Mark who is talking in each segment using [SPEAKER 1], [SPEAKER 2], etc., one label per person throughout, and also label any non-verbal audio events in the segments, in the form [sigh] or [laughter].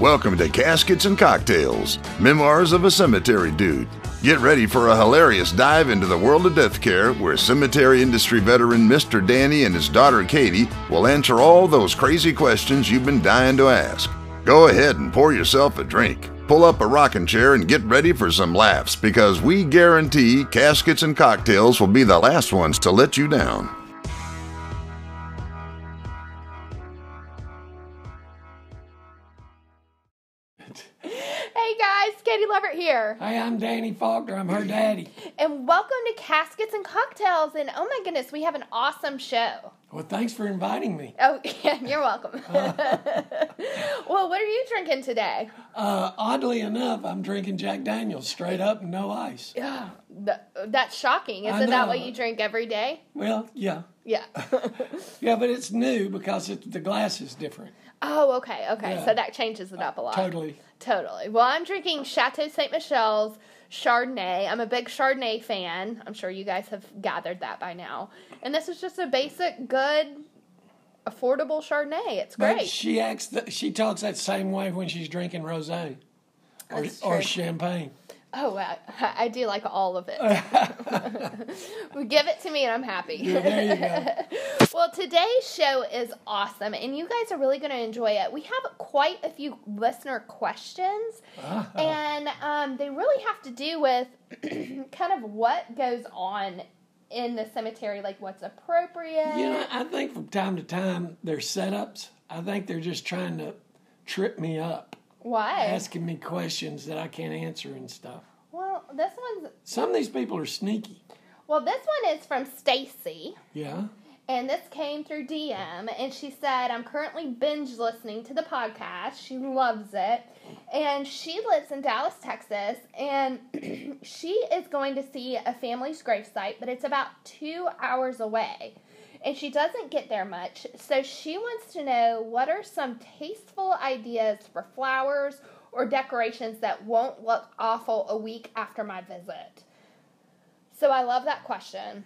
[SPEAKER 1] Welcome to Caskets and Cocktails, Memoirs of a Cemetery Dude. Get ready for a hilarious dive into the world of death care where cemetery industry veteran Mr. Danny and his daughter Katie will answer all those crazy questions you've been dying to ask. Go ahead and pour yourself a drink, pull up a rocking chair, and get ready for some laughs because we guarantee Caskets and Cocktails will be the last ones to let you down.
[SPEAKER 2] Hey guys, Katie Leverett here,
[SPEAKER 3] Hey, I'm Danny Faulkner. I'm her daddy.
[SPEAKER 2] and welcome to Caskets and Cocktails. And oh my goodness, we have an awesome show.
[SPEAKER 3] Well, thanks for inviting me.
[SPEAKER 2] Oh, [laughs] yeah, you're welcome.
[SPEAKER 3] [laughs]
[SPEAKER 2] [laughs] well, what are you drinking today? [sighs]
[SPEAKER 3] Uh, oddly enough, I'm drinking Jack Daniels straight up, no ice.
[SPEAKER 2] Yeah, that's shocking.
[SPEAKER 3] I
[SPEAKER 2] Isn't that
[SPEAKER 3] know.
[SPEAKER 2] what you drink every day?
[SPEAKER 3] Well, yeah. [laughs]
[SPEAKER 2] Yeah.
[SPEAKER 3] Yeah, but it's new because it, the glass is different.
[SPEAKER 2] oh, okay, okay.
[SPEAKER 3] Yeah.
[SPEAKER 2] So that changes it up a lot.
[SPEAKER 3] Totally.
[SPEAKER 2] Totally. Well, I'm drinking Chateau St. Michel's Chardonnay. I'm a big Chardonnay fan. I'm sure you guys have gathered that by now. And this is just a basic, good, affordable Chardonnay. It's
[SPEAKER 3] But
[SPEAKER 2] great.
[SPEAKER 3] she acts, th- she talks that same way when she's drinking rosé or,
[SPEAKER 2] That's
[SPEAKER 3] or
[SPEAKER 2] true.
[SPEAKER 3] champagne.
[SPEAKER 2] Oh, I, I do like all of it. [laughs] Well, Give it to me and I'm happy.
[SPEAKER 3] There you go. [laughs]
[SPEAKER 2] Well, today's show is awesome and you guys are really going to enjoy it. We have quite a few listener questions, and um, they really have to do with [clears throat] kind of what goes on in the cemetery, like what's appropriate.
[SPEAKER 3] You know, I think from time to time, their setups, I think they're just trying to trip me up,
[SPEAKER 2] Why?
[SPEAKER 3] asking me questions that I can't answer and stuff.
[SPEAKER 2] Well, this one's
[SPEAKER 3] Some of these people are sneaky.
[SPEAKER 2] well, this one is from Stacy.
[SPEAKER 3] Yeah.
[SPEAKER 2] And this came through DM, and she said, I'm currently binge listening to the podcast. She loves it. And she lives in Dallas, Texas, and [clears throat] she is going to see a family's gravesite, but it's about two hours away. And she doesn't get there much, so she wants to know what are some tasteful ideas for flowers or decorations that won't look awful a week after my visit. So I love that question.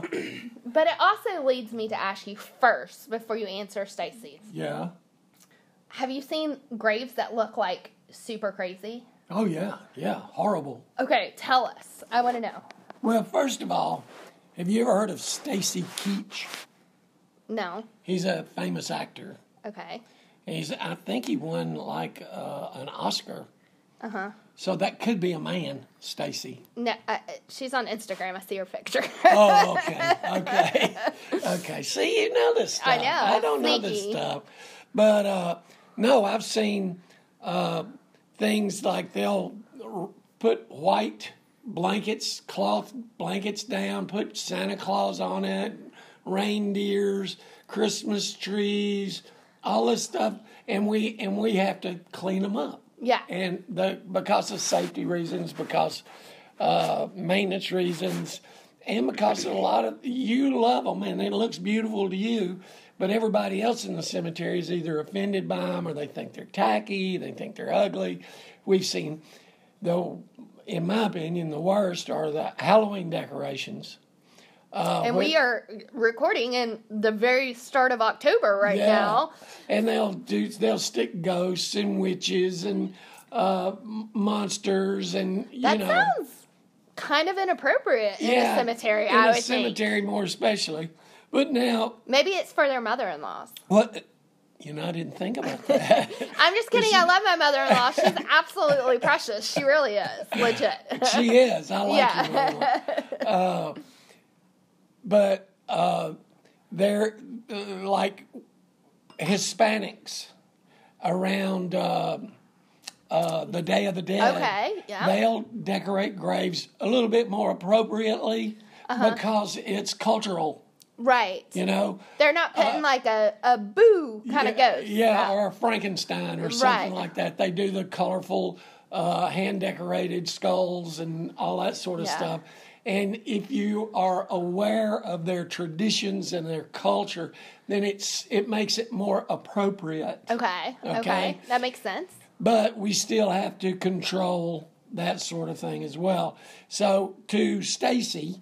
[SPEAKER 2] But it also leads me to ask you first, before you answer Stacy's.
[SPEAKER 3] Yeah.
[SPEAKER 2] Have you seen graves that look like super crazy?
[SPEAKER 3] Oh yeah, yeah, horrible.
[SPEAKER 2] Okay, tell us. I want to know.
[SPEAKER 3] Well, first of all, have you ever heard of Stacy Keach?
[SPEAKER 2] No.
[SPEAKER 3] He's a famous actor.
[SPEAKER 2] Okay.
[SPEAKER 3] He's I think he won like uh, an Oscar. Uh huh. So that could be a man, Stacy.
[SPEAKER 2] No, I, I- she's on Instagram. I see her picture.
[SPEAKER 3] Oh, okay, okay, okay. See, you know this stuff.
[SPEAKER 2] I know,
[SPEAKER 3] I don't know this
[SPEAKER 2] sneaky.
[SPEAKER 3] stuff, but uh, no, I've seen uh, things like they'll r- put white blankets, cloth blankets down, put Santa Claus on it, reindeers, Christmas trees, all this stuff, and we and we have to clean them up.
[SPEAKER 2] [laughs] Yeah.
[SPEAKER 3] and the because of safety reasons, because uh, maintenance reasons, and because a lot of you love them and it looks beautiful to you, but everybody else in the cemetery is either offended by them or they think they're tacky, they think they're ugly. We've seen, though, in my opinion, the worst are the Halloween decorations.
[SPEAKER 2] and we are recording in the very start of October right now.
[SPEAKER 3] And they'll do they'll stick ghosts and witches and uh, m- monsters and you
[SPEAKER 2] That
[SPEAKER 3] know
[SPEAKER 2] sounds kind of inappropriate in a cemetery,
[SPEAKER 3] in
[SPEAKER 2] I
[SPEAKER 3] a
[SPEAKER 2] would think.
[SPEAKER 3] cemetery more especially. But now,
[SPEAKER 2] Maybe it's for their mother in laws.
[SPEAKER 3] what? You know, I didn't think about that.
[SPEAKER 2] I'm just kidding. I love my mother in law.
[SPEAKER 3] [laughs]
[SPEAKER 2] She's absolutely precious. She really is. Legit.
[SPEAKER 3] she is. I like
[SPEAKER 2] Yeah.
[SPEAKER 3] you. Lola. Uh, but uh, they're uh, like Hispanics around uh, uh, the Day of the Dead.
[SPEAKER 2] Okay, yeah.
[SPEAKER 3] They'll decorate graves a little bit more appropriately
[SPEAKER 2] Uh-huh.
[SPEAKER 3] because it's cultural.
[SPEAKER 2] Right.
[SPEAKER 3] You know,
[SPEAKER 2] They're not putting like a, a boo kind
[SPEAKER 3] Uh, yeah,
[SPEAKER 2] of ghost.
[SPEAKER 3] Yeah, or a Frankenstein or something
[SPEAKER 2] Right.
[SPEAKER 3] like that. They do the colorful, uh, hand decorated skulls and all that sort of
[SPEAKER 2] Yeah.
[SPEAKER 3] stuff. And if you are aware of their traditions and their culture, then it's it makes it more appropriate.
[SPEAKER 2] okay, okay.
[SPEAKER 3] Okay.
[SPEAKER 2] That makes sense.
[SPEAKER 3] But we still have to control that sort of thing as well. So to Stacy,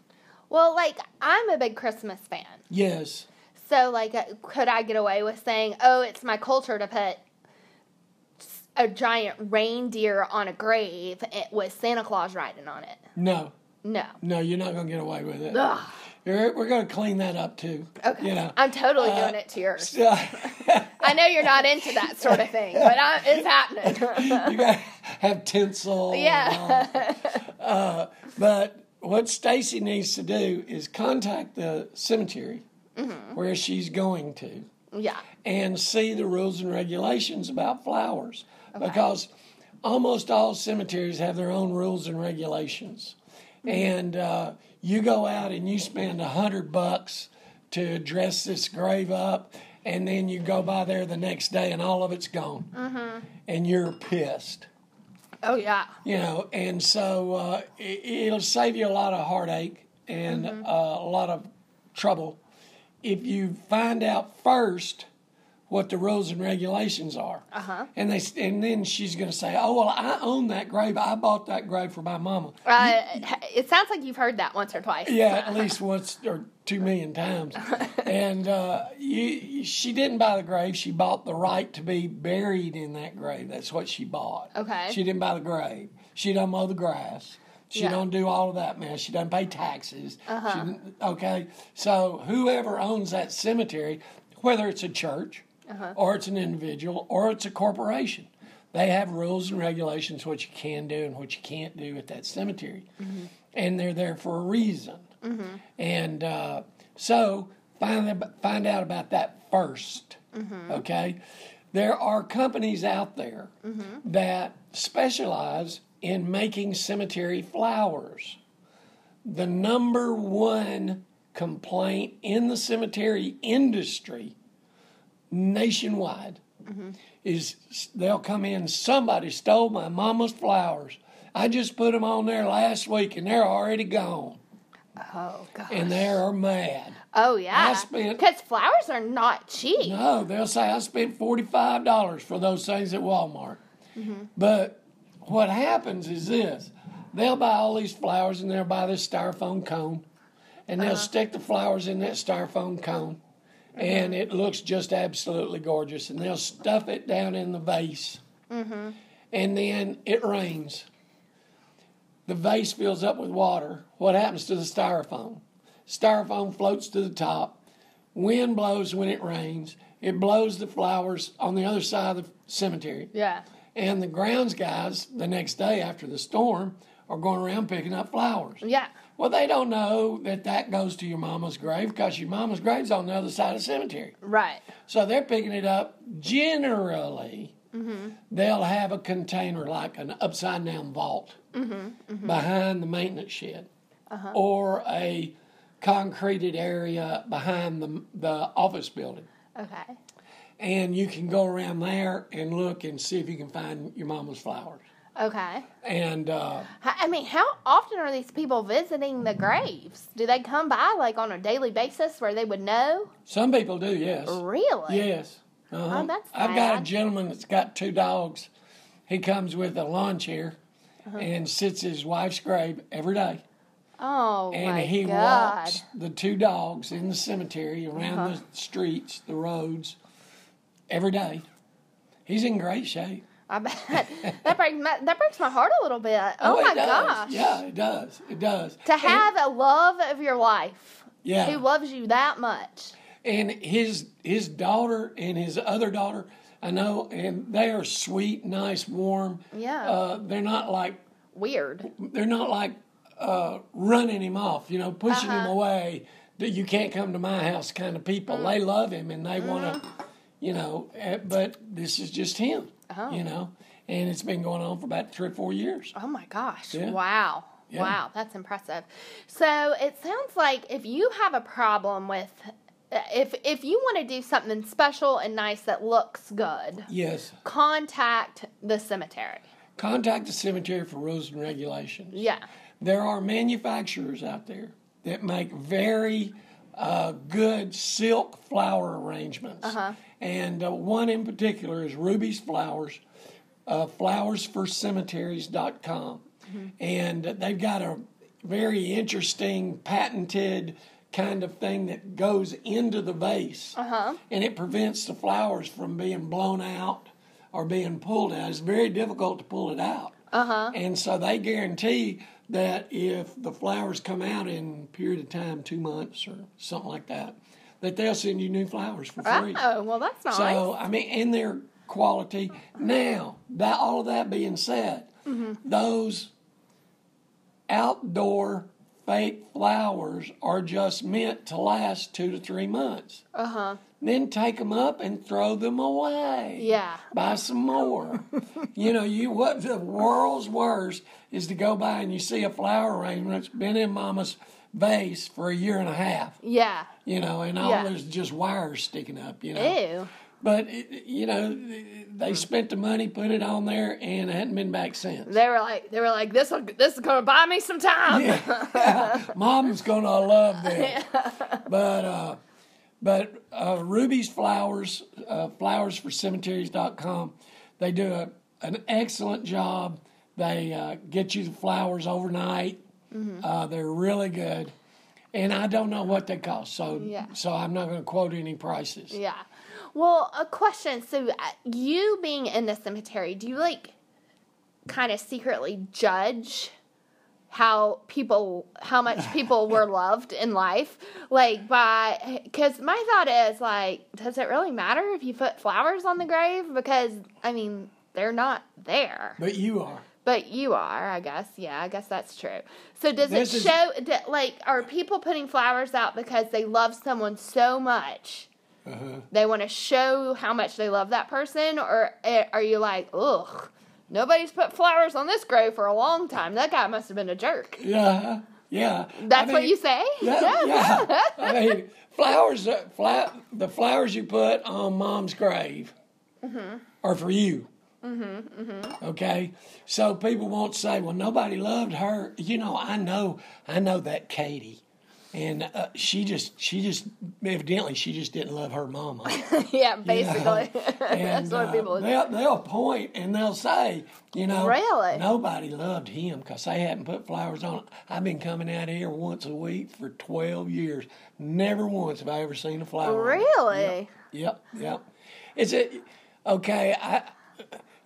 [SPEAKER 2] Well, like I'm a big Christmas fan.
[SPEAKER 3] yes,
[SPEAKER 2] So like uh, could I get away with saying, "Oh, it's my culture to put s- a giant reindeer on a grave eh, with Santa Claus riding on it.
[SPEAKER 3] No,
[SPEAKER 2] No.
[SPEAKER 3] no, you're not going to get away with it.
[SPEAKER 2] Ugh.
[SPEAKER 3] We're, we're going to clean that up too.
[SPEAKER 2] Okay.
[SPEAKER 3] You know. uh,
[SPEAKER 2] I'm totally doing it to yours. I know you're not into that sort of thing, but I, it's
[SPEAKER 3] [laughs]
[SPEAKER 2] happening.
[SPEAKER 3] you got to have tinsel. and
[SPEAKER 2] yeah.
[SPEAKER 3] But what Stacy needs to do is contact the cemetery where she's going to
[SPEAKER 2] yeah.
[SPEAKER 3] and see the rules and regulations about flowers because almost all cemeteries have their own rules and regulations. And uh, you go out and you spend a hundred bucks to dress this grave up, and then you go by there the next day and all of it's gone, and you're pissed
[SPEAKER 2] Oh, yeah.
[SPEAKER 3] you know, and so uh, it, it'll save you a lot of heartache and uh, a lot of trouble if you find out first what the rules and regulations are. Uh-huh. And they s- and then she's going to say, "Oh well, I own that grave. I bought that grave for my mama."
[SPEAKER 2] Uh, it sounds like you've heard that once or twice.
[SPEAKER 3] Yeah, at least once or two million times. And uh, you, she didn't buy the grave. She bought the right to be buried in that grave. That's what she bought.
[SPEAKER 2] Okay.
[SPEAKER 3] She didn't buy the grave. She don't mow the grass. She
[SPEAKER 2] Yeah. Uh-huh.
[SPEAKER 3] don't do all of that mess. She doesn't pay taxes. She didn't- okay. So whoever owns that cemetery, whether it's a church
[SPEAKER 2] Uh-huh.
[SPEAKER 3] or it's an individual or it's a corporation, they have rules and regulations what you can do and what you can't do at that cemetery.
[SPEAKER 2] Mm-hmm.
[SPEAKER 3] And they're there for a reason. And uh, so find ab- find out about that 1st Okay, there are companies out there that specialize in making cemetery flowers. The number one complaint in the cemetery industry nationwide is s- they'll come in. Somebody stole my mama's flowers. I just put them on there last week, and they're already gone
[SPEAKER 2] Oh, God.
[SPEAKER 3] and they are mad.
[SPEAKER 2] Oh, yeah.
[SPEAKER 3] I spent-
[SPEAKER 2] Because flowers are not cheap.
[SPEAKER 3] No, they'll say I spent forty five dollars for those things at Walmart. But what happens is this: they'll buy all these flowers and they'll buy this styrofoam cone, and they'll stick the flowers in that styrofoam cone, and it looks just absolutely gorgeous. And they'll stuff it down in the vase, and then it rains. The vase fills up with water. What happens to the styrofoam? Styrofoam floats to the top. Wind blows when it rains. It blows the flowers on the other side of the cemetery.
[SPEAKER 2] Yeah.
[SPEAKER 3] And the grounds guys, the next day after the storm, are going around picking up flowers.
[SPEAKER 2] Yeah.
[SPEAKER 3] Well, they don't know that that goes to your mama's grave because your mama's grave's on the other side of the cemetery.
[SPEAKER 2] Right.
[SPEAKER 3] So they're picking it up. Generally, they'll have a container like an upside down vault behind the maintenance shed or a concreted area behind the, the office building.
[SPEAKER 2] Okay.
[SPEAKER 3] And you can go around there and look and see if you can find your mama's flowers.
[SPEAKER 2] Okay.
[SPEAKER 3] And uh,
[SPEAKER 2] I I mean, how often are these people visiting the graves? Do they come by like on a daily basis where they would know?
[SPEAKER 3] some people do, yes.
[SPEAKER 2] Really?
[SPEAKER 3] Yes. Uh-huh.
[SPEAKER 2] Oh, that's
[SPEAKER 3] I've got a
[SPEAKER 2] sad.
[SPEAKER 3] gentleman that's got two dogs. He comes with a lawn chair and sits at his wife's grave every day.
[SPEAKER 2] Oh
[SPEAKER 3] And
[SPEAKER 2] my
[SPEAKER 3] he
[SPEAKER 2] god.
[SPEAKER 3] walks the two dogs in the cemetery around
[SPEAKER 2] Uh-huh.
[SPEAKER 3] the streets, the roads, every day. He's in great shape.
[SPEAKER 2] I bet
[SPEAKER 3] [laughs]
[SPEAKER 2] that breaks my that breaks my heart a little bit. Oh,
[SPEAKER 3] it
[SPEAKER 2] my
[SPEAKER 3] does.
[SPEAKER 2] gosh.
[SPEAKER 3] Yeah, it does. It does.
[SPEAKER 2] To have a love of your life
[SPEAKER 3] yeah.
[SPEAKER 2] who loves you that much.
[SPEAKER 3] and his his daughter and his other daughter i know and they are sweet nice warm
[SPEAKER 2] Yeah.
[SPEAKER 3] uh, they're not like
[SPEAKER 2] Weird.
[SPEAKER 3] they're not like uh, running him off you know pushing him away that you can't come to my house kind of people they love him and they want to you know eh, but this is just him you know and it's been going on for about three or four years
[SPEAKER 2] Oh my gosh.
[SPEAKER 3] Yeah.
[SPEAKER 2] Wow.
[SPEAKER 3] Yeah.
[SPEAKER 2] Wow, that's impressive. So it sounds like if you have a problem with if if you want to do something special and nice that looks good,
[SPEAKER 3] yes
[SPEAKER 2] contact the cemetery.
[SPEAKER 3] contact the cemetery for rules and regulations
[SPEAKER 2] Yeah.
[SPEAKER 3] there are manufacturers out there that make very uh, good silk flower arrangements. And uh, one in particular is Ruby's Flowers, uh, flowersforcemeteries.com. And they've got a very interesting patented kind of thing that goes into the vase. And it prevents the flowers from being blown out are being pulled out. It's very difficult to pull it out. Uh-huh. And so they guarantee that if the flowers come out in a period of time, two months or something like that, that they'll send you new flowers for free.
[SPEAKER 2] Oh, well, that's nice.
[SPEAKER 3] So I mean, and their quality. Now that all of that being said,
[SPEAKER 2] Mm-hmm.
[SPEAKER 3] those outdoor fake flowers are just meant to last two to three months. Uh huh. Then take them up and throw them away.
[SPEAKER 2] Uh-huh. Yeah.
[SPEAKER 3] Buy
[SPEAKER 2] [laughs]
[SPEAKER 3] some more. you know, you what the world's worst is to go by and you see a flower arrangement that's been in Mama's vase for a year and a half.
[SPEAKER 2] yeah.
[SPEAKER 3] You know, and all
[SPEAKER 2] Yeah.
[SPEAKER 3] there's just wires sticking up. You know.
[SPEAKER 2] Ew.
[SPEAKER 3] But it, you know, they
[SPEAKER 2] Hmm.
[SPEAKER 3] spent the money, put it on there, and it hadn't been back since.
[SPEAKER 2] They were like, they were like, this will, this is gonna buy me some time.
[SPEAKER 3] Mom's
[SPEAKER 2] [laughs]
[SPEAKER 3] gonna love this. But uh, but uh, Ruby's Flowers, uh, flowersforcemeteries.com, they do a, an excellent job. They uh, get you the flowers overnight.
[SPEAKER 2] Mm-hmm.
[SPEAKER 3] Uh, they're really good, and I don't know what they cost, so
[SPEAKER 2] Yeah.
[SPEAKER 3] so I'm not gonna quote any prices.
[SPEAKER 2] Yeah. Well, a question. So, uh, you being in the cemetery, do you like kind of secretly judge how people, how much people were loved in life? Like, by, because my thought is, like, does it really matter if you put flowers on the grave? Because, I mean, they're not there.
[SPEAKER 3] But you are.
[SPEAKER 2] But you are, I guess. Yeah, I guess that's true. So does
[SPEAKER 3] This
[SPEAKER 2] it
[SPEAKER 3] is-
[SPEAKER 2] show that like are people putting flowers out because they love someone so much?
[SPEAKER 3] Uh-huh.
[SPEAKER 2] They want to show how much they love that person, or eh, are you like, ugh, nobody's put flowers on this grave for a long time? That guy must have been a jerk.
[SPEAKER 3] Yeah, yeah. I
[SPEAKER 2] That's what
[SPEAKER 3] mean-
[SPEAKER 2] you say? [laughs]
[SPEAKER 3] Yeah, yeah. I mean, flowers, uh, fla- the flowers you put on mom's grave are for you. Mm-hmm, mm-hmm. Okay, so people won't say, "Well, nobody loved her." You know, I know, I know that Katie, and uh, she just, she just, evidently, she just didn't love her mama.
[SPEAKER 2] yeah, basically.
[SPEAKER 3] And,
[SPEAKER 2] [laughs] That's what
[SPEAKER 3] uh,
[SPEAKER 2] people
[SPEAKER 3] they'll, they'll point and they'll say, you know,
[SPEAKER 2] Really?
[SPEAKER 3] nobody loved him because they hadn't put flowers on. it. I've been coming out here once a week for 12 years. Never once have I ever seen a flower. on it.
[SPEAKER 2] Really?
[SPEAKER 3] Yep, yep. Is it okay? I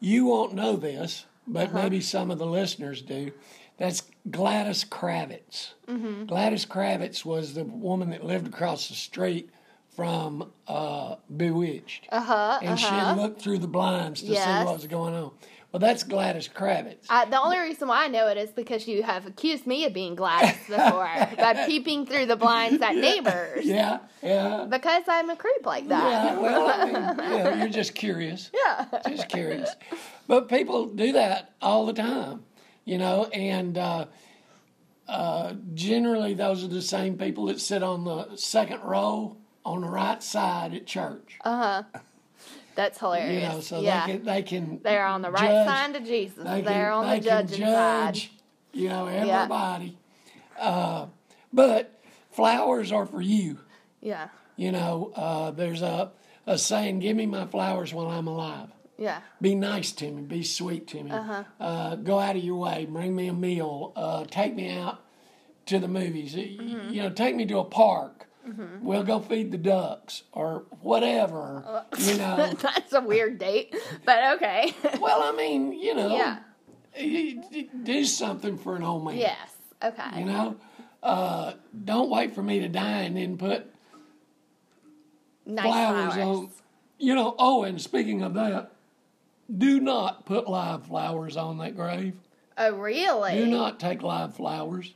[SPEAKER 3] you won't know this, but maybe some of the listeners do. That's Gladys Kravitz. Gladys Kravitz was the woman that lived across the street from uh, Bewitched, uh-huh, and she looked through the blinds to see
[SPEAKER 2] Yes.
[SPEAKER 3] what was going on. Well, that's Gladys Kravitz.
[SPEAKER 2] I, the only reason why I know it is because you have accused me of being
[SPEAKER 3] [laughs]
[SPEAKER 2] Gladys before by peeping through the blinds at neighbors.
[SPEAKER 3] yeah, yeah.
[SPEAKER 2] Because I'm a creep like that. [laughs]
[SPEAKER 3] Yeah, well, I mean, you know, you're just curious.
[SPEAKER 2] Yeah.
[SPEAKER 3] Just curious. But people do that all the time, you know, and uh, uh, generally those are the same people that sit on the second row on the right side at church.
[SPEAKER 2] That's
[SPEAKER 3] you
[SPEAKER 2] hilarious.
[SPEAKER 3] know, so
[SPEAKER 2] Oh, yeah.
[SPEAKER 3] they can they can
[SPEAKER 2] are on the right
[SPEAKER 3] judge,
[SPEAKER 2] side of Jesus.
[SPEAKER 3] They
[SPEAKER 2] They
[SPEAKER 3] can-
[SPEAKER 2] are on
[SPEAKER 3] they
[SPEAKER 2] the
[SPEAKER 3] can
[SPEAKER 2] judging side.
[SPEAKER 3] judge, You know, everybody. Uh, but flowers are for you.
[SPEAKER 2] Yeah.
[SPEAKER 3] You know, uh, there's a, a saying, give me my flowers while I'm alive.
[SPEAKER 2] Yeah. [laughs]
[SPEAKER 3] Be nice to me. Be sweet to me.
[SPEAKER 2] Uh-huh.
[SPEAKER 3] uh go out of your way. Bring me a meal. Uh, take me out to the movies. Y-
[SPEAKER 2] Mm-hmm.
[SPEAKER 3] You know, take me to a park. We'll go feed the ducks or whatever.
[SPEAKER 2] Uh.
[SPEAKER 3] You
[SPEAKER 2] [laughs]
[SPEAKER 3] know.
[SPEAKER 2] That's a weird date, but okay. [laughs]
[SPEAKER 3] well, I mean, you know,
[SPEAKER 2] Yeah.
[SPEAKER 3] y- y- do something for an old man.
[SPEAKER 2] yes. Okay.
[SPEAKER 3] You know, uh, don't wait for me to die and then put
[SPEAKER 2] nice
[SPEAKER 3] flowers,
[SPEAKER 2] flowers.
[SPEAKER 3] on. You know. Oh, and speaking of that, do not put live flowers on that grave.
[SPEAKER 2] Oh,
[SPEAKER 3] Do
[SPEAKER 2] really?
[SPEAKER 3] not take live flowers.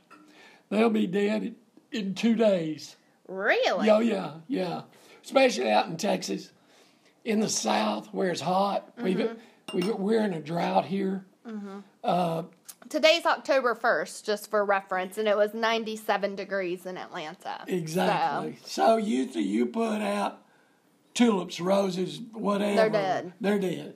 [SPEAKER 3] They'll be dead in, in two days.
[SPEAKER 2] Really?
[SPEAKER 3] Oh, yeah, yeah. Especially out in Texas, in the South where it's hot. We've, we've, we're in a drought here.
[SPEAKER 2] Today's October 1st, just for reference, and it was 97 degrees in Atlanta.
[SPEAKER 3] Exactly. So, you th- you put out tulips, roses, whatever.
[SPEAKER 2] dead.
[SPEAKER 3] They're dead.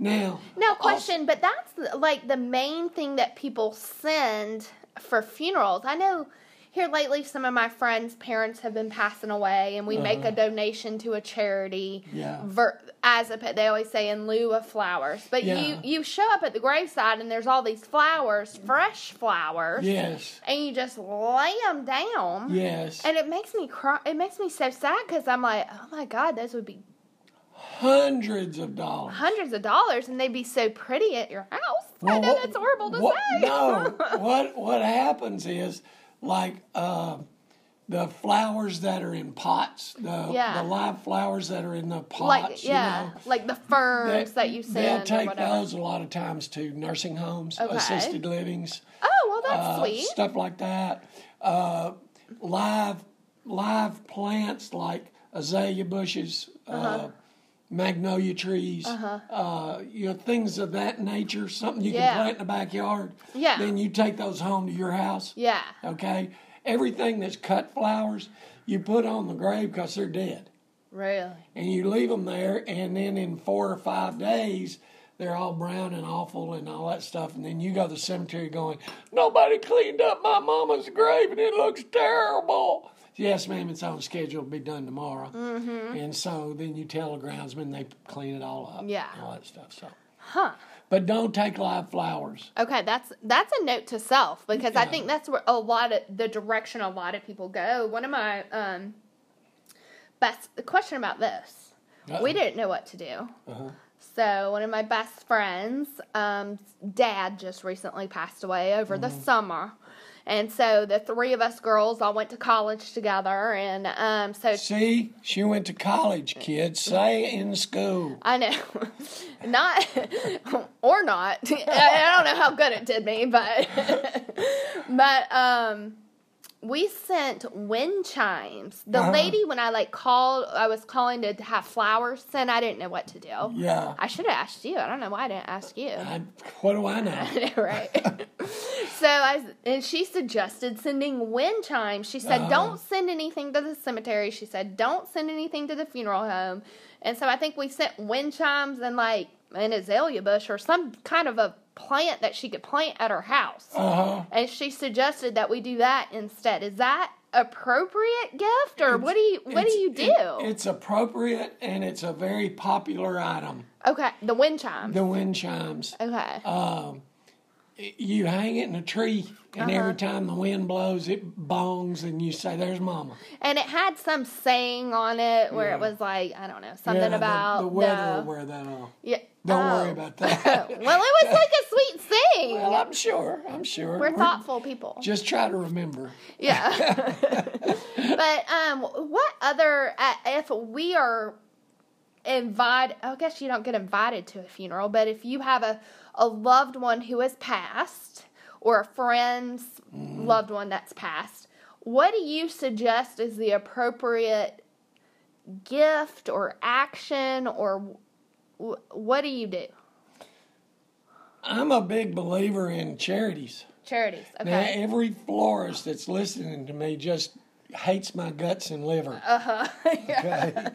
[SPEAKER 3] Now,
[SPEAKER 2] No question, but that's like the main thing that people send for funerals. I know here lately some of my friends' parents have been passing away, and we make a donation to a charity.
[SPEAKER 3] Uh-huh. Yeah.
[SPEAKER 2] Ver- as a pa- they always say in lieu of flowers, but
[SPEAKER 3] Yeah.
[SPEAKER 2] you you show up at the graveside and there's all these flowers, fresh flowers,
[SPEAKER 3] yes,
[SPEAKER 2] and you just lay them down,
[SPEAKER 3] yes.
[SPEAKER 2] and it makes me cry. It makes me so sad because I'm like, oh my god, those would be
[SPEAKER 3] hundreds of dollars.
[SPEAKER 2] hundreds of dollars and they'd be so pretty at your house. I
[SPEAKER 3] Well,
[SPEAKER 2] know
[SPEAKER 3] what-
[SPEAKER 2] that's horrible to
[SPEAKER 3] what-
[SPEAKER 2] say. [laughs]
[SPEAKER 3] No, what what happens is like uh, the flowers that are in pots, the
[SPEAKER 2] Yeah.
[SPEAKER 3] the live flowers that are in the pots.
[SPEAKER 2] like yeah,
[SPEAKER 3] you know,
[SPEAKER 2] like the firms that you
[SPEAKER 3] they'll
[SPEAKER 2] send or
[SPEAKER 3] take
[SPEAKER 2] whatever.
[SPEAKER 3] those a lot of times to nursing homes,
[SPEAKER 2] Okay.
[SPEAKER 3] assisted livings,
[SPEAKER 2] Oh well, that's
[SPEAKER 3] uh,
[SPEAKER 2] sweet.
[SPEAKER 3] stuff like that. Uh, live live plants like azalea bushes, uh
[SPEAKER 2] Uh-huh.
[SPEAKER 3] magnolia trees, uh you know things of that nature. Something you
[SPEAKER 2] Yeah.
[SPEAKER 3] can plant in the backyard.
[SPEAKER 2] Yeah.
[SPEAKER 3] Then you take those home to your house.
[SPEAKER 2] Yeah.
[SPEAKER 3] Okay. Everything that's cut flowers, you put on the grave because they're dead
[SPEAKER 2] Really?
[SPEAKER 3] and you leave them there, and then in four or five days, they're all brown and awful and all that stuff. And then you go to the cemetery going, Nobody cleaned up my mama's grave and it looks terrible. Yes, ma'am, it's on schedule to be done tomorrow.
[SPEAKER 2] Mm-hmm.
[SPEAKER 3] And so then you tell the groundsman they clean it all up.
[SPEAKER 2] Yeah.
[SPEAKER 3] And all that stuff. So,
[SPEAKER 2] Huh.
[SPEAKER 3] But don't take live flowers.
[SPEAKER 2] Okay, that's that's a note to self because I think that's where a lot of the direction a lot of people go. One of my um best the question about this. We
[SPEAKER 3] Uh-oh.
[SPEAKER 2] didn't know what to do. So one of my best friends, um, dad just recently passed away over the summer. And so the three of us girls all went to college together and um so
[SPEAKER 3] See, she went to college, kids. Say in school.
[SPEAKER 2] I know. [laughs] not or not. [laughs] I, I don't know how good it did me, but [laughs] but um we sent wind chimes. The
[SPEAKER 3] Uh-huh.
[SPEAKER 2] lady when I like called I was calling to have flowers sent, I didn't know what to do.
[SPEAKER 3] Yeah.
[SPEAKER 2] I should have asked you. I don't know why I didn't ask you.
[SPEAKER 3] I, what do
[SPEAKER 2] [laughs]
[SPEAKER 3] I know?
[SPEAKER 2] right. so I and she suggested sending wind chimes. She said,
[SPEAKER 3] Uh-huh.
[SPEAKER 2] "Don't send anything to the cemetery." She said, "Don't send anything to the funeral home." And so I think we sent wind chimes and like an azalea bush or some kind of a plant that she could plant at her house.
[SPEAKER 3] Uh huh.
[SPEAKER 2] And she suggested that we do that instead. Is that appropriate gift or what do you what do
[SPEAKER 3] It's-
[SPEAKER 2] you
[SPEAKER 3] it-
[SPEAKER 2] do?
[SPEAKER 3] it's appropriate and it's a very popular item.
[SPEAKER 2] okay, the wind chimes.
[SPEAKER 3] The wind chimes.
[SPEAKER 2] okay.
[SPEAKER 3] You hang it in a tree, and
[SPEAKER 2] Uh-huh.
[SPEAKER 3] every time the wind blows, it bongs, and you say, "There's Mama."
[SPEAKER 2] And it had some saying on it where it was like, I don't know, something
[SPEAKER 3] Yeah, the-
[SPEAKER 2] about
[SPEAKER 3] the, weather will wear that off.
[SPEAKER 2] yeah.
[SPEAKER 3] Don't
[SPEAKER 2] oh.
[SPEAKER 3] worry
[SPEAKER 2] [laughs]
[SPEAKER 3] about that.
[SPEAKER 2] Well, it was like a sweet thing.
[SPEAKER 3] well, I'm sure. I'm sure.
[SPEAKER 2] We're thoughtful people.
[SPEAKER 3] Just try to remember.
[SPEAKER 2] Yeah. but um, what other uh, if we are invited? I guess you don't get invited to a funeral, but if you have a a loved one who has passed or a friend's loved one that's passed, what do you suggest is the appropriate gift or action or w- what do you do?
[SPEAKER 3] I'm a big believer in charities.
[SPEAKER 2] Charities. Okay.
[SPEAKER 3] Now, every florist that's listening to me just hates my guts and liver. Uh huh.
[SPEAKER 2] Uh-huh. [laughs]
[SPEAKER 3] okay.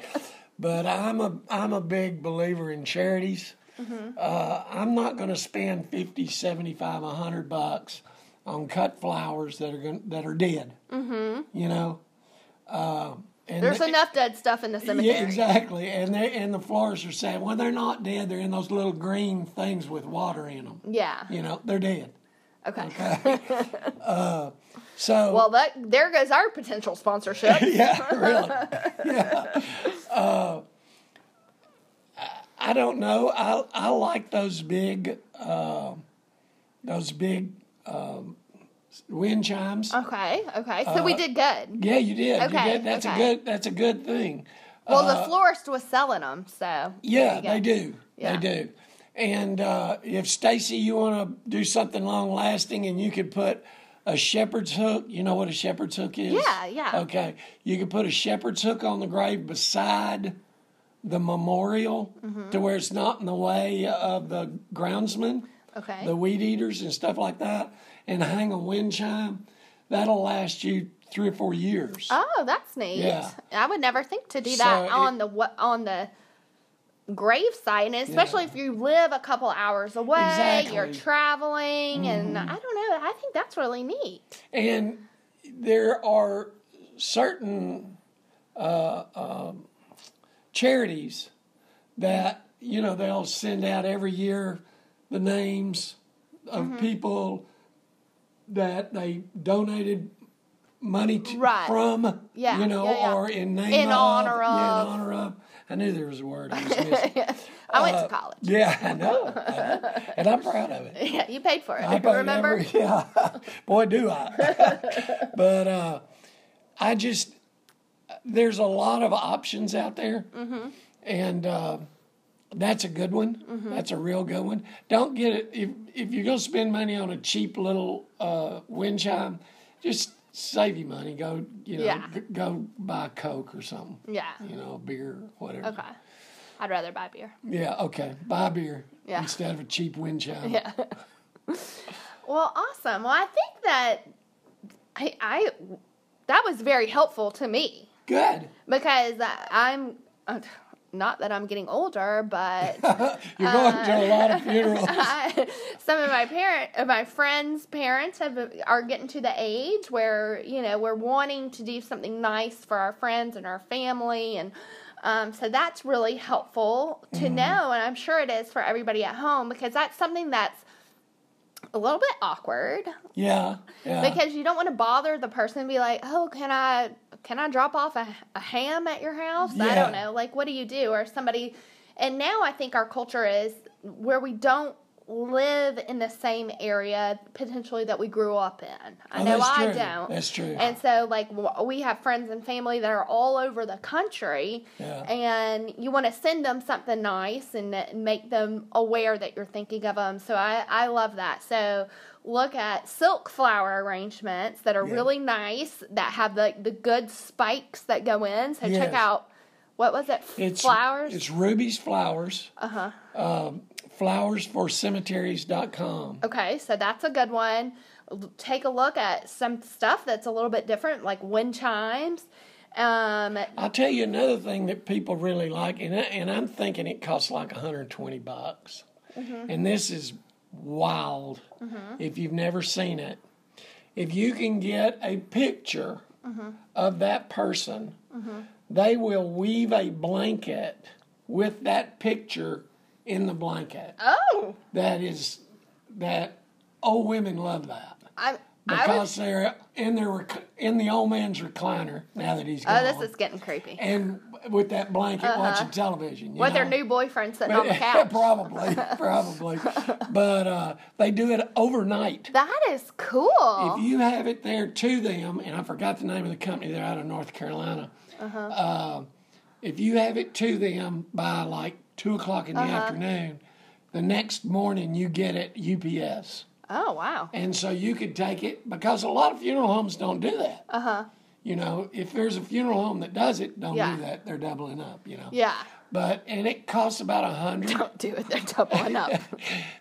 [SPEAKER 3] But I'm a I'm a big believer in charities.
[SPEAKER 2] Mm-hmm.
[SPEAKER 3] Uh, I'm not going to spend 50, 75, 100 bucks on cut flowers that are going that are dead. Mm-hmm. You know. Um, and
[SPEAKER 2] There's
[SPEAKER 3] th-
[SPEAKER 2] enough dead stuff in the cemetery.
[SPEAKER 3] yeah, exactly. And they and the florists are saying, well, they're not dead. They're in those little green things with water in them.
[SPEAKER 2] Yeah.
[SPEAKER 3] You know, they're dead.
[SPEAKER 2] Okay.
[SPEAKER 3] So
[SPEAKER 2] Well, that there goes our potential sponsorship.
[SPEAKER 3] [laughs] yeah, really. Yeah. Uh,
[SPEAKER 2] [laughs]
[SPEAKER 3] I I don't know. I I like those big um those big um, wind chimes.
[SPEAKER 2] Okay, okay. So
[SPEAKER 3] Uh,
[SPEAKER 2] we did good.
[SPEAKER 3] yeah, you did. You
[SPEAKER 2] Oh. okay,
[SPEAKER 3] did. That's
[SPEAKER 2] okay.
[SPEAKER 3] a good. That's a good thing.
[SPEAKER 2] Well, the florist was selling them, so
[SPEAKER 3] uh, Yeah,
[SPEAKER 2] There
[SPEAKER 3] they
[SPEAKER 2] you go.
[SPEAKER 3] do.
[SPEAKER 2] Yeah.
[SPEAKER 3] They do. And uh, if Stacy, you want to do something long lasting, and you could put a shepherd's hook. You know what a shepherd's hook is?
[SPEAKER 2] Yeah, yeah.
[SPEAKER 3] Okay, you could put a shepherd's hook on the grave beside the memorial,
[SPEAKER 2] Mm-hmm.
[SPEAKER 3] to where it's not in the way of the groundsman,
[SPEAKER 2] Okay.
[SPEAKER 3] the weed eaters, and stuff like that, and hang a wind chime. That'll last you three or four years.
[SPEAKER 2] oh, that's neat.
[SPEAKER 3] Yeah.
[SPEAKER 2] I would never think to do
[SPEAKER 3] So
[SPEAKER 2] that
[SPEAKER 3] it-
[SPEAKER 2] on the wa- on the gravesite, and especially if you live a couple hours away, you're
[SPEAKER 3] Exactly. Mm-hmm.
[SPEAKER 2] traveling, and I don't know. I think that's really neat.
[SPEAKER 3] And there are certain uh, um charities that you know they'll send out every year the names of
[SPEAKER 2] Mm-hmm.
[SPEAKER 3] people that they donated money to,
[SPEAKER 2] Right.
[SPEAKER 3] from,
[SPEAKER 2] Yeah,
[SPEAKER 3] you know,
[SPEAKER 2] yeah, yeah.
[SPEAKER 3] or in name
[SPEAKER 2] In
[SPEAKER 3] of,
[SPEAKER 2] honor
[SPEAKER 3] yeah,
[SPEAKER 2] of.
[SPEAKER 3] in honor of, I knew there was a word
[SPEAKER 2] [laughs]
[SPEAKER 3] I was missing.
[SPEAKER 2] I went
[SPEAKER 3] Uh,
[SPEAKER 2] to college. [laughs]
[SPEAKER 3] yeah, I know. I know. And I'm proud of it.
[SPEAKER 2] Yeah, you paid for it.
[SPEAKER 3] I paid
[SPEAKER 2] remember?
[SPEAKER 3] every- yeah. [laughs] Boy, do I. [laughs] but uh, I just, there's a lot of options out there.
[SPEAKER 2] Mm-hmm.
[SPEAKER 3] And uh, that's a good one.
[SPEAKER 2] Mm-hmm.
[SPEAKER 3] That's a real good one. Don't get it. If, if you're going to spend money on a cheap little uh, wind chime, just save your money. Go, you know,
[SPEAKER 2] Yeah.
[SPEAKER 3] g- go buy a Coke or something.
[SPEAKER 2] Yeah.
[SPEAKER 3] You know, beer, whatever.
[SPEAKER 2] Okay. I'd rather buy beer.
[SPEAKER 3] Yeah, okay. Buy beer
[SPEAKER 2] Yeah.
[SPEAKER 3] instead of a cheap wind chime.
[SPEAKER 2] Yeah. [laughs] well, awesome. Well, I think that I, I that was very helpful to me
[SPEAKER 3] Good.
[SPEAKER 2] because I- I'm [laughs] uh, not that I'm getting older, but
[SPEAKER 3] You're going to a lot
[SPEAKER 2] [laughs]
[SPEAKER 3] of funerals.
[SPEAKER 2] I, [laughs] some of my parent, uh, my friends' parents have are getting to the age where you know we're wanting to do something nice for our friends and our family, and um, so that's really helpful to know, and I'm sure it is for everybody at home because that's something that's a little bit awkward
[SPEAKER 3] Yeah, yeah.
[SPEAKER 2] because you don't want to bother the person and be like, "Oh, can I can I drop off a, a ham at your house?" I don't
[SPEAKER 3] Yeah.
[SPEAKER 2] know. Like, what do you do? Or somebody, and now I think our culture is where we don't live in the same area potentially that we grew up in. I
[SPEAKER 3] Oh,
[SPEAKER 2] know
[SPEAKER 3] that's
[SPEAKER 2] I
[SPEAKER 3] true.
[SPEAKER 2] don't.
[SPEAKER 3] That's true.
[SPEAKER 2] And so, like, w- we have friends and family that are all over the country,
[SPEAKER 3] Yeah.
[SPEAKER 2] and you want to send them something nice and that- make them aware that you're thinking of them. So, I, I love that. So, look at silk flower arrangements that are
[SPEAKER 3] Yeah.
[SPEAKER 2] really nice that have the, the good spikes that go in. So, check
[SPEAKER 3] Yes.
[SPEAKER 2] out what was it?
[SPEAKER 3] it's
[SPEAKER 2] flowers?
[SPEAKER 3] It's Ruby's Flowers. Uh huh. Um, flowersforcemeteries.com.
[SPEAKER 2] Okay, so that's a good one. L- Take a look at some stuff that's a little bit different, like wind chimes. Um,
[SPEAKER 3] I'll tell you another thing that people really like, and I, and I'm thinking it costs like 120 bucks, and this is wild if you've never seen it. If you can get a picture of that person, they will weave a blanket with that picture in the blanket.
[SPEAKER 2] oh,
[SPEAKER 3] That is that old women love that
[SPEAKER 2] I, I was
[SPEAKER 3] because they're in their rec- in the old man's recliner now that he's
[SPEAKER 2] Oh,
[SPEAKER 3] gone.
[SPEAKER 2] this is getting creepy.
[SPEAKER 3] and with that blanket watching television. you
[SPEAKER 2] With their
[SPEAKER 3] know?
[SPEAKER 2] new boyfriend sitting
[SPEAKER 3] [laughs]
[SPEAKER 2] on the couch.
[SPEAKER 3] probably, probably. but uh, they do it overnight.
[SPEAKER 2] That is cool.
[SPEAKER 3] If you have it there to them, and I forgot the name of the company, they're out of North Carolina. uh
[SPEAKER 2] Uh-huh.
[SPEAKER 3] if you have it to them by like two o'clock in the
[SPEAKER 2] Uh-huh.
[SPEAKER 3] afternoon, the next morning you get it UPS.
[SPEAKER 2] oh wow.
[SPEAKER 3] And so you could take it because a lot of funeral homes don't do that. Uh huh. You know, if there's a funeral home that does it, don't
[SPEAKER 2] Uh-huh. Yeah.
[SPEAKER 3] do that. They're doubling up, you know.
[SPEAKER 2] Yeah. [laughs]
[SPEAKER 3] But and it costs about a hundred.
[SPEAKER 2] Don't do it. They're doubling
[SPEAKER 3] [laughs]
[SPEAKER 2] up.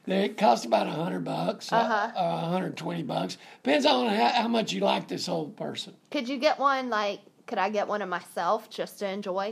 [SPEAKER 3] It costs about a hundred bucks, uh
[SPEAKER 2] Uh-huh.
[SPEAKER 3] uh, hundred twenty bucks. Depends on how, how much you like this old person.
[SPEAKER 2] could you get one like? Could I get one of myself just to enjoy?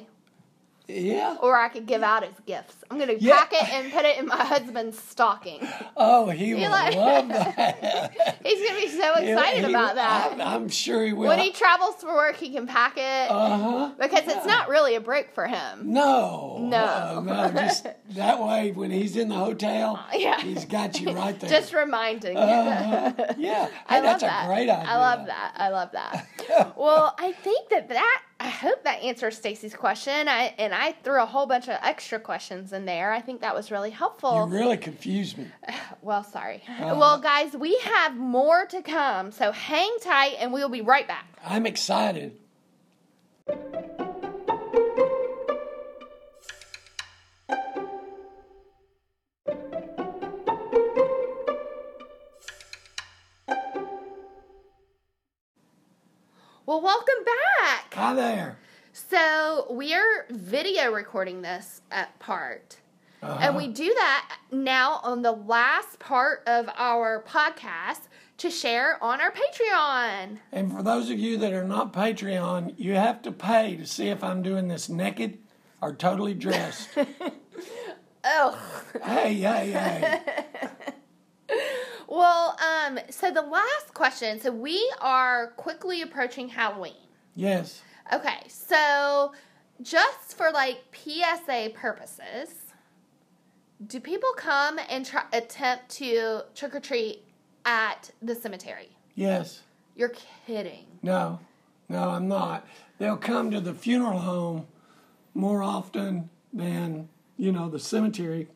[SPEAKER 3] Yeah.
[SPEAKER 2] Or I could give out as gifts. I'm gonna
[SPEAKER 3] Yeah.
[SPEAKER 2] pack it and put it in my husband's stocking.
[SPEAKER 3] Oh, he will
[SPEAKER 2] like- [laughs]
[SPEAKER 3] love that.
[SPEAKER 2] He's gonna be
[SPEAKER 3] [laughs]
[SPEAKER 2] so
[SPEAKER 3] He-
[SPEAKER 2] excited
[SPEAKER 3] he-
[SPEAKER 2] about that.
[SPEAKER 3] I, am sure he will.
[SPEAKER 2] when he travels for work, he can pack it
[SPEAKER 3] uh huh.
[SPEAKER 2] because it's not really a break for him.
[SPEAKER 3] No.
[SPEAKER 2] No.
[SPEAKER 3] Uh, no.
[SPEAKER 2] [laughs]
[SPEAKER 3] Just that way, when he's in the hotel,
[SPEAKER 2] Yeah.
[SPEAKER 3] he's got
[SPEAKER 2] [laughs]
[SPEAKER 3] you right there.
[SPEAKER 2] Just reminding. you.
[SPEAKER 3] Uh-huh. Yeah,
[SPEAKER 2] I
[SPEAKER 3] Hey,
[SPEAKER 2] love
[SPEAKER 3] that's
[SPEAKER 2] that.
[SPEAKER 3] a great idea.
[SPEAKER 2] I love that. I love
[SPEAKER 3] [laughs]
[SPEAKER 2] that. well, I think that that I hope that answers Stacy's question. I and I threw a whole bunch of extra questions in there. I think that was really
[SPEAKER 3] You um,
[SPEAKER 2] helpful.
[SPEAKER 3] really confused me.
[SPEAKER 2] well, sorry. well, guys, we have more to come, so hang tight, and we'll be right back.
[SPEAKER 3] I'm excited.
[SPEAKER 2] Well, welcome back.
[SPEAKER 3] Hi there.
[SPEAKER 2] So we're video recording this uh part.
[SPEAKER 3] Uh-huh.
[SPEAKER 2] And we do that now on the last part of our podcast to share on our Patreon.
[SPEAKER 3] And for those of you that are not Patreon, you have to pay to see if I'm doing this naked or totally dressed.
[SPEAKER 2] Oh.
[SPEAKER 3] hey, hey, hey.
[SPEAKER 2] Well, um, so the last question. So we are quickly approaching Halloween.
[SPEAKER 3] Yes.
[SPEAKER 2] Okay, so just for like PSA purposes, do people come and try, attempt to trick or treat at the cemetery?
[SPEAKER 3] Yes.
[SPEAKER 2] You're kidding.
[SPEAKER 3] No. No, I'm not. They'll come to the funeral home more often than you know the cemetery,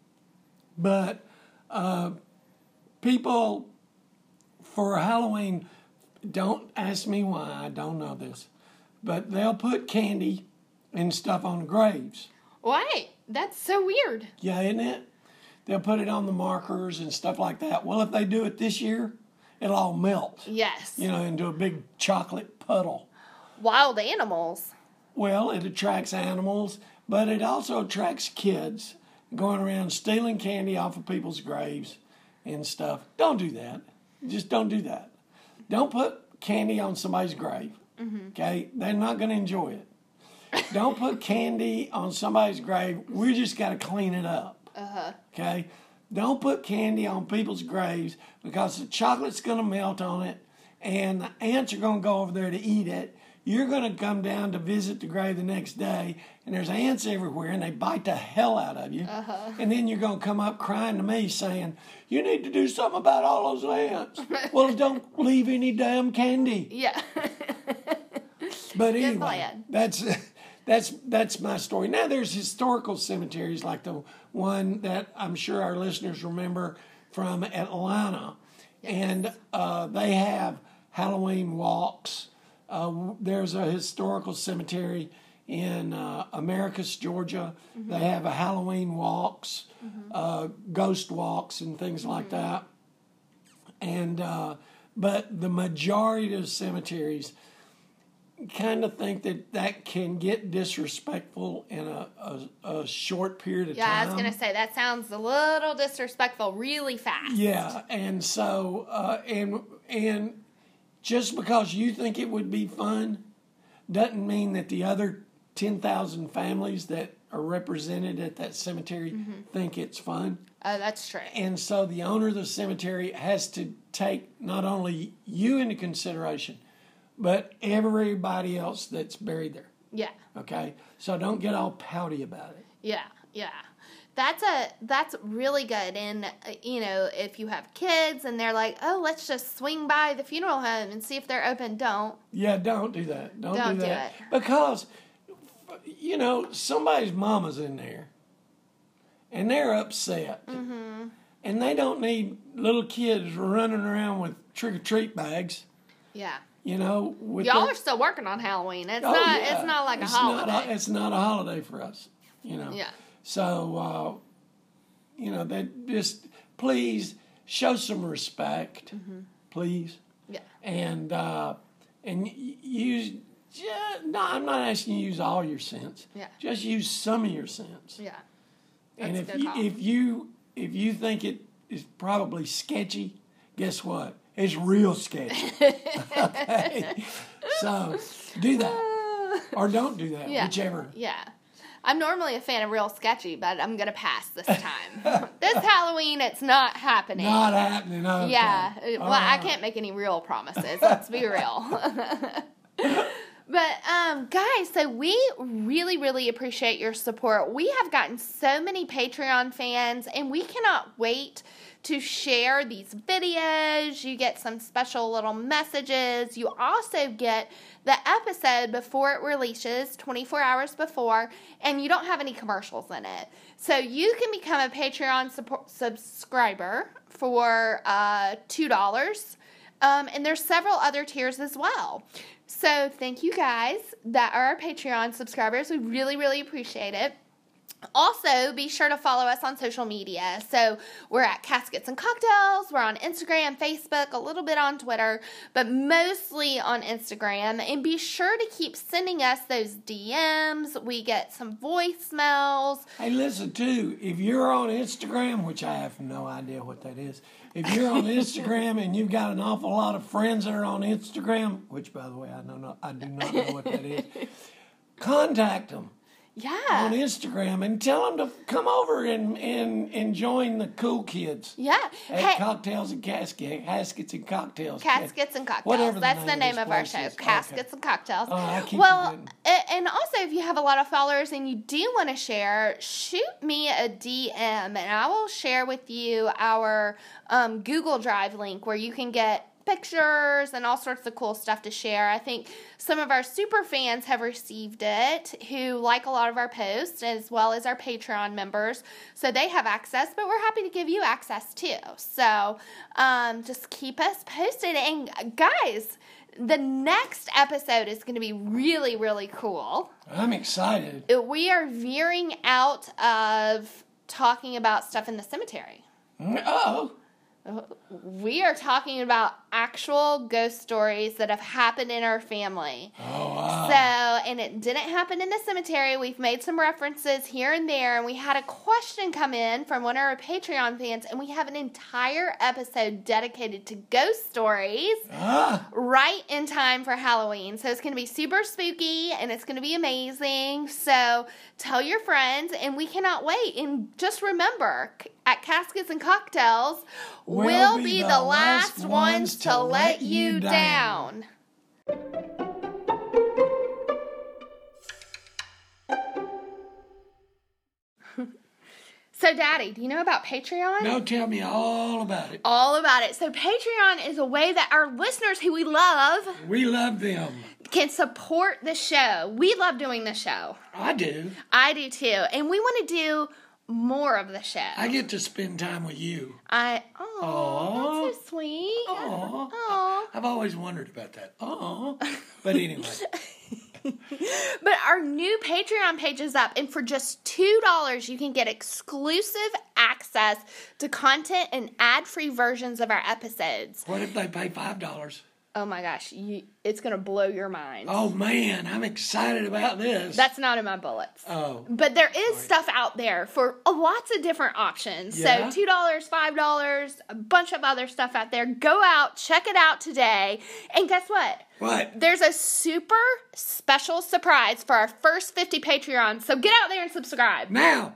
[SPEAKER 3] but uh, people for Halloween don't ask me why I don't know this, but they'll put candy and stuff on the graves.
[SPEAKER 2] Why? That's so weird.
[SPEAKER 3] Yeah, isn't it? They'll put it on the markers and stuff like that. Well, if they do it this year, it'll all melt,
[SPEAKER 2] Yes.
[SPEAKER 3] you know, into a big chocolate puddle.
[SPEAKER 2] Wild animals.
[SPEAKER 3] Well, it attracts animals, but it also attracts kids going around stealing candy off of people's graves and stuff. Don't do that. Just don't do that. Don't put candy on somebody's grave. Okay? They're not going to enjoy it. don't put candy on somebody's grave. We just got to clean it up. Okay? Don't put candy on people's graves because the chocolate's going to melt on it and the ants are going to go over there to eat it. You're going to come down to visit the grave the next day and there's ants everywhere and they bite the hell out of you. And then you're going to come up crying to me saying, You need to do something about all those ants. well, don't leave any damn candy.
[SPEAKER 2] Yeah.
[SPEAKER 3] But
[SPEAKER 2] Good
[SPEAKER 3] anyway,
[SPEAKER 2] plan.
[SPEAKER 3] that's [laughs] that's that's my story. Now there's historical cemeteries like the one that I'm sure our listeners remember from Atlanta, and uh, they have Halloween walks. Uh, w- there's a historical cemetery in uh, Americus, Georgia.
[SPEAKER 2] Mm-hmm.
[SPEAKER 3] They have a Halloween walks, uh, ghost walks, and things like that. And uh, but the majority of cemeteries kind of think that that can get disrespectful in a, a, a short period of
[SPEAKER 2] Yeah, I
[SPEAKER 3] time.
[SPEAKER 2] was going to say, that sounds a little disrespectful really fast.
[SPEAKER 3] Yeah, and so uh, and and just because you think it would be fun, doesn't mean that the other ten thousand families that are represented at that cemetery think it's fun.
[SPEAKER 2] Oh, that's true.
[SPEAKER 3] And so the owner of the cemetery has to take not only you into consideration, but everybody else that's buried there.
[SPEAKER 2] Yeah.
[SPEAKER 3] Okay, so don't get all pouty about it.
[SPEAKER 2] Yeah. Yeah. That's a that's really good and uh, you know if you have kids and they're like oh let's just swing by the funeral home and see if they're open don't
[SPEAKER 3] Yeah, don't do that. Don't,
[SPEAKER 2] Don't
[SPEAKER 3] do
[SPEAKER 2] do
[SPEAKER 3] that. Because, you know, somebody's mama's in there and they're upset.
[SPEAKER 2] Mm-hmm.
[SPEAKER 3] And they don't need little kids running around with trick or treat bags,
[SPEAKER 2] yeah
[SPEAKER 3] you know. With
[SPEAKER 2] y'all
[SPEAKER 3] their-
[SPEAKER 2] are still working on Halloween it's
[SPEAKER 3] Oh,
[SPEAKER 2] not
[SPEAKER 3] yeah.
[SPEAKER 2] it's not like a
[SPEAKER 3] It's not
[SPEAKER 2] holiday
[SPEAKER 3] it's not a holiday for us, you know.
[SPEAKER 2] Yeah.
[SPEAKER 3] So, uh, you know, that just please show some respect,
[SPEAKER 2] Mm-hmm.
[SPEAKER 3] please
[SPEAKER 2] yeah
[SPEAKER 3] and uh, and y- use. ju- no, I'm not asking you to use all your sense.
[SPEAKER 2] Yeah.
[SPEAKER 3] Just use some of your sense.
[SPEAKER 2] yeah
[SPEAKER 3] and
[SPEAKER 2] that's
[SPEAKER 3] if
[SPEAKER 2] a good
[SPEAKER 3] you,
[SPEAKER 2] call.
[SPEAKER 3] if you if you think it is probably sketchy, guess what? It's
[SPEAKER 2] [laughs]
[SPEAKER 3] real sketchy. okay. So do that, or don't do that,
[SPEAKER 2] Yeah.
[SPEAKER 3] whichever.
[SPEAKER 2] Yeah. I'm normally a fan of real sketchy, but I'm gonna pass this
[SPEAKER 3] [laughs]
[SPEAKER 2] time. this Halloween, it's not happening.
[SPEAKER 3] Not happening. Okay.
[SPEAKER 2] yeah.
[SPEAKER 3] All
[SPEAKER 2] Well, I
[SPEAKER 3] right.
[SPEAKER 2] can't make any real
[SPEAKER 3] [laughs]
[SPEAKER 2] promises. Let's be real. but um, guys, so we really, really appreciate your support. We have gotten so many Patreon fans, and we cannot wait to share these videos. You get some special little messages. You also get the episode before it releases, 24 hours before, and you don't have any commercials in it. So you can become a Patreon support- subscriber for uh, $2. Um, and there's several other tiers as well. So thank you guys that are our Patreon subscribers. We really, really appreciate it. Also, be sure to follow us on social media. So we're at Caskets and Cocktails. We're on Instagram, Facebook, a little bit on Twitter, but mostly on Instagram. And be sure to keep sending us those DMs. We get some voicemails.
[SPEAKER 3] Hey, listen too. If you're on Instagram, which I have no idea what that is, if you're on Instagram and you've got an awful lot of friends that are on Instagram, which by the way I know not, I do not know what
[SPEAKER 2] [laughs]
[SPEAKER 3] that is, contact them
[SPEAKER 2] Yeah.
[SPEAKER 3] on Instagram and tell them to come over and and, and join the cool kids
[SPEAKER 2] Yeah.
[SPEAKER 3] at
[SPEAKER 2] Hey,
[SPEAKER 3] Cocktails and Casket, Caskets and Cocktails,
[SPEAKER 2] Caskets and Cocktails.
[SPEAKER 3] Whatever the
[SPEAKER 2] That's the
[SPEAKER 3] name
[SPEAKER 2] name of
[SPEAKER 3] of this
[SPEAKER 2] our
[SPEAKER 3] place
[SPEAKER 2] show.
[SPEAKER 3] is. Oh, Okay.
[SPEAKER 2] Caskets and Cocktails.
[SPEAKER 3] Oh, I keep
[SPEAKER 2] well,
[SPEAKER 3] forgetting.
[SPEAKER 2] a- and also if you have a lot of followers and you do want to share, shoot me a DM and I will share with you our um, Google Drive link where you can get pictures and all sorts of cool stuff to share. I think some of our super fans have received it who like a lot of our posts as well as our Patreon members. So they have access, but we're happy to give you access too. So um, just keep us posted. And guys, the next episode is going to be really, really cool.
[SPEAKER 3] I'm excited.
[SPEAKER 2] We are veering out of talking about stuff in the cemetery.
[SPEAKER 3] Oh,
[SPEAKER 2] We are talking about actual ghost stories that have happened in our family.
[SPEAKER 3] oh wow.
[SPEAKER 2] So, and it didn't happen in the cemetery. We've made some references here and there, and we had a question come in from one of our Patreon fans, and we have an entire episode dedicated to ghost stories
[SPEAKER 3] Ah,
[SPEAKER 2] right in time for Halloween. So it's going to be super spooky and it's going to be amazing. So tell your friends, and we cannot wait. And just remember c- at Caskets and Cocktails, we'll, be, the, last ones, to let you down. So, Daddy, do you know about Patreon?
[SPEAKER 3] now tell me all about it.
[SPEAKER 2] all about it. So Patreon is a way that our listeners who we love
[SPEAKER 3] We love them.
[SPEAKER 2] can support the show. We love doing the show.
[SPEAKER 3] I do.
[SPEAKER 2] I do too. And we want to do more of the show.
[SPEAKER 3] I get to spend time with you.
[SPEAKER 2] I oh,
[SPEAKER 3] Aw.
[SPEAKER 2] that's so sweet.
[SPEAKER 3] Aw.
[SPEAKER 2] Aw.
[SPEAKER 3] I've always wondered about that. Oh, but anyway,
[SPEAKER 2] But our new Patreon page is up, and for just $2, you can get exclusive access to content and ad free versions of our episodes.
[SPEAKER 3] what if they pay five dollars?
[SPEAKER 2] Oh my gosh, you, it's going to blow your mind.
[SPEAKER 3] Oh man, I'm excited about this.
[SPEAKER 2] That's not in my bullets.
[SPEAKER 3] oh,
[SPEAKER 2] But there is stuff out there for uh, lots of different options.
[SPEAKER 3] Yeah.
[SPEAKER 2] So $2, $5, a bunch of other stuff out there. Go out, check it out today. And guess what?
[SPEAKER 3] what?
[SPEAKER 2] There's a super special surprise for our first 50 Patreons. So get out there and subscribe.
[SPEAKER 3] Now.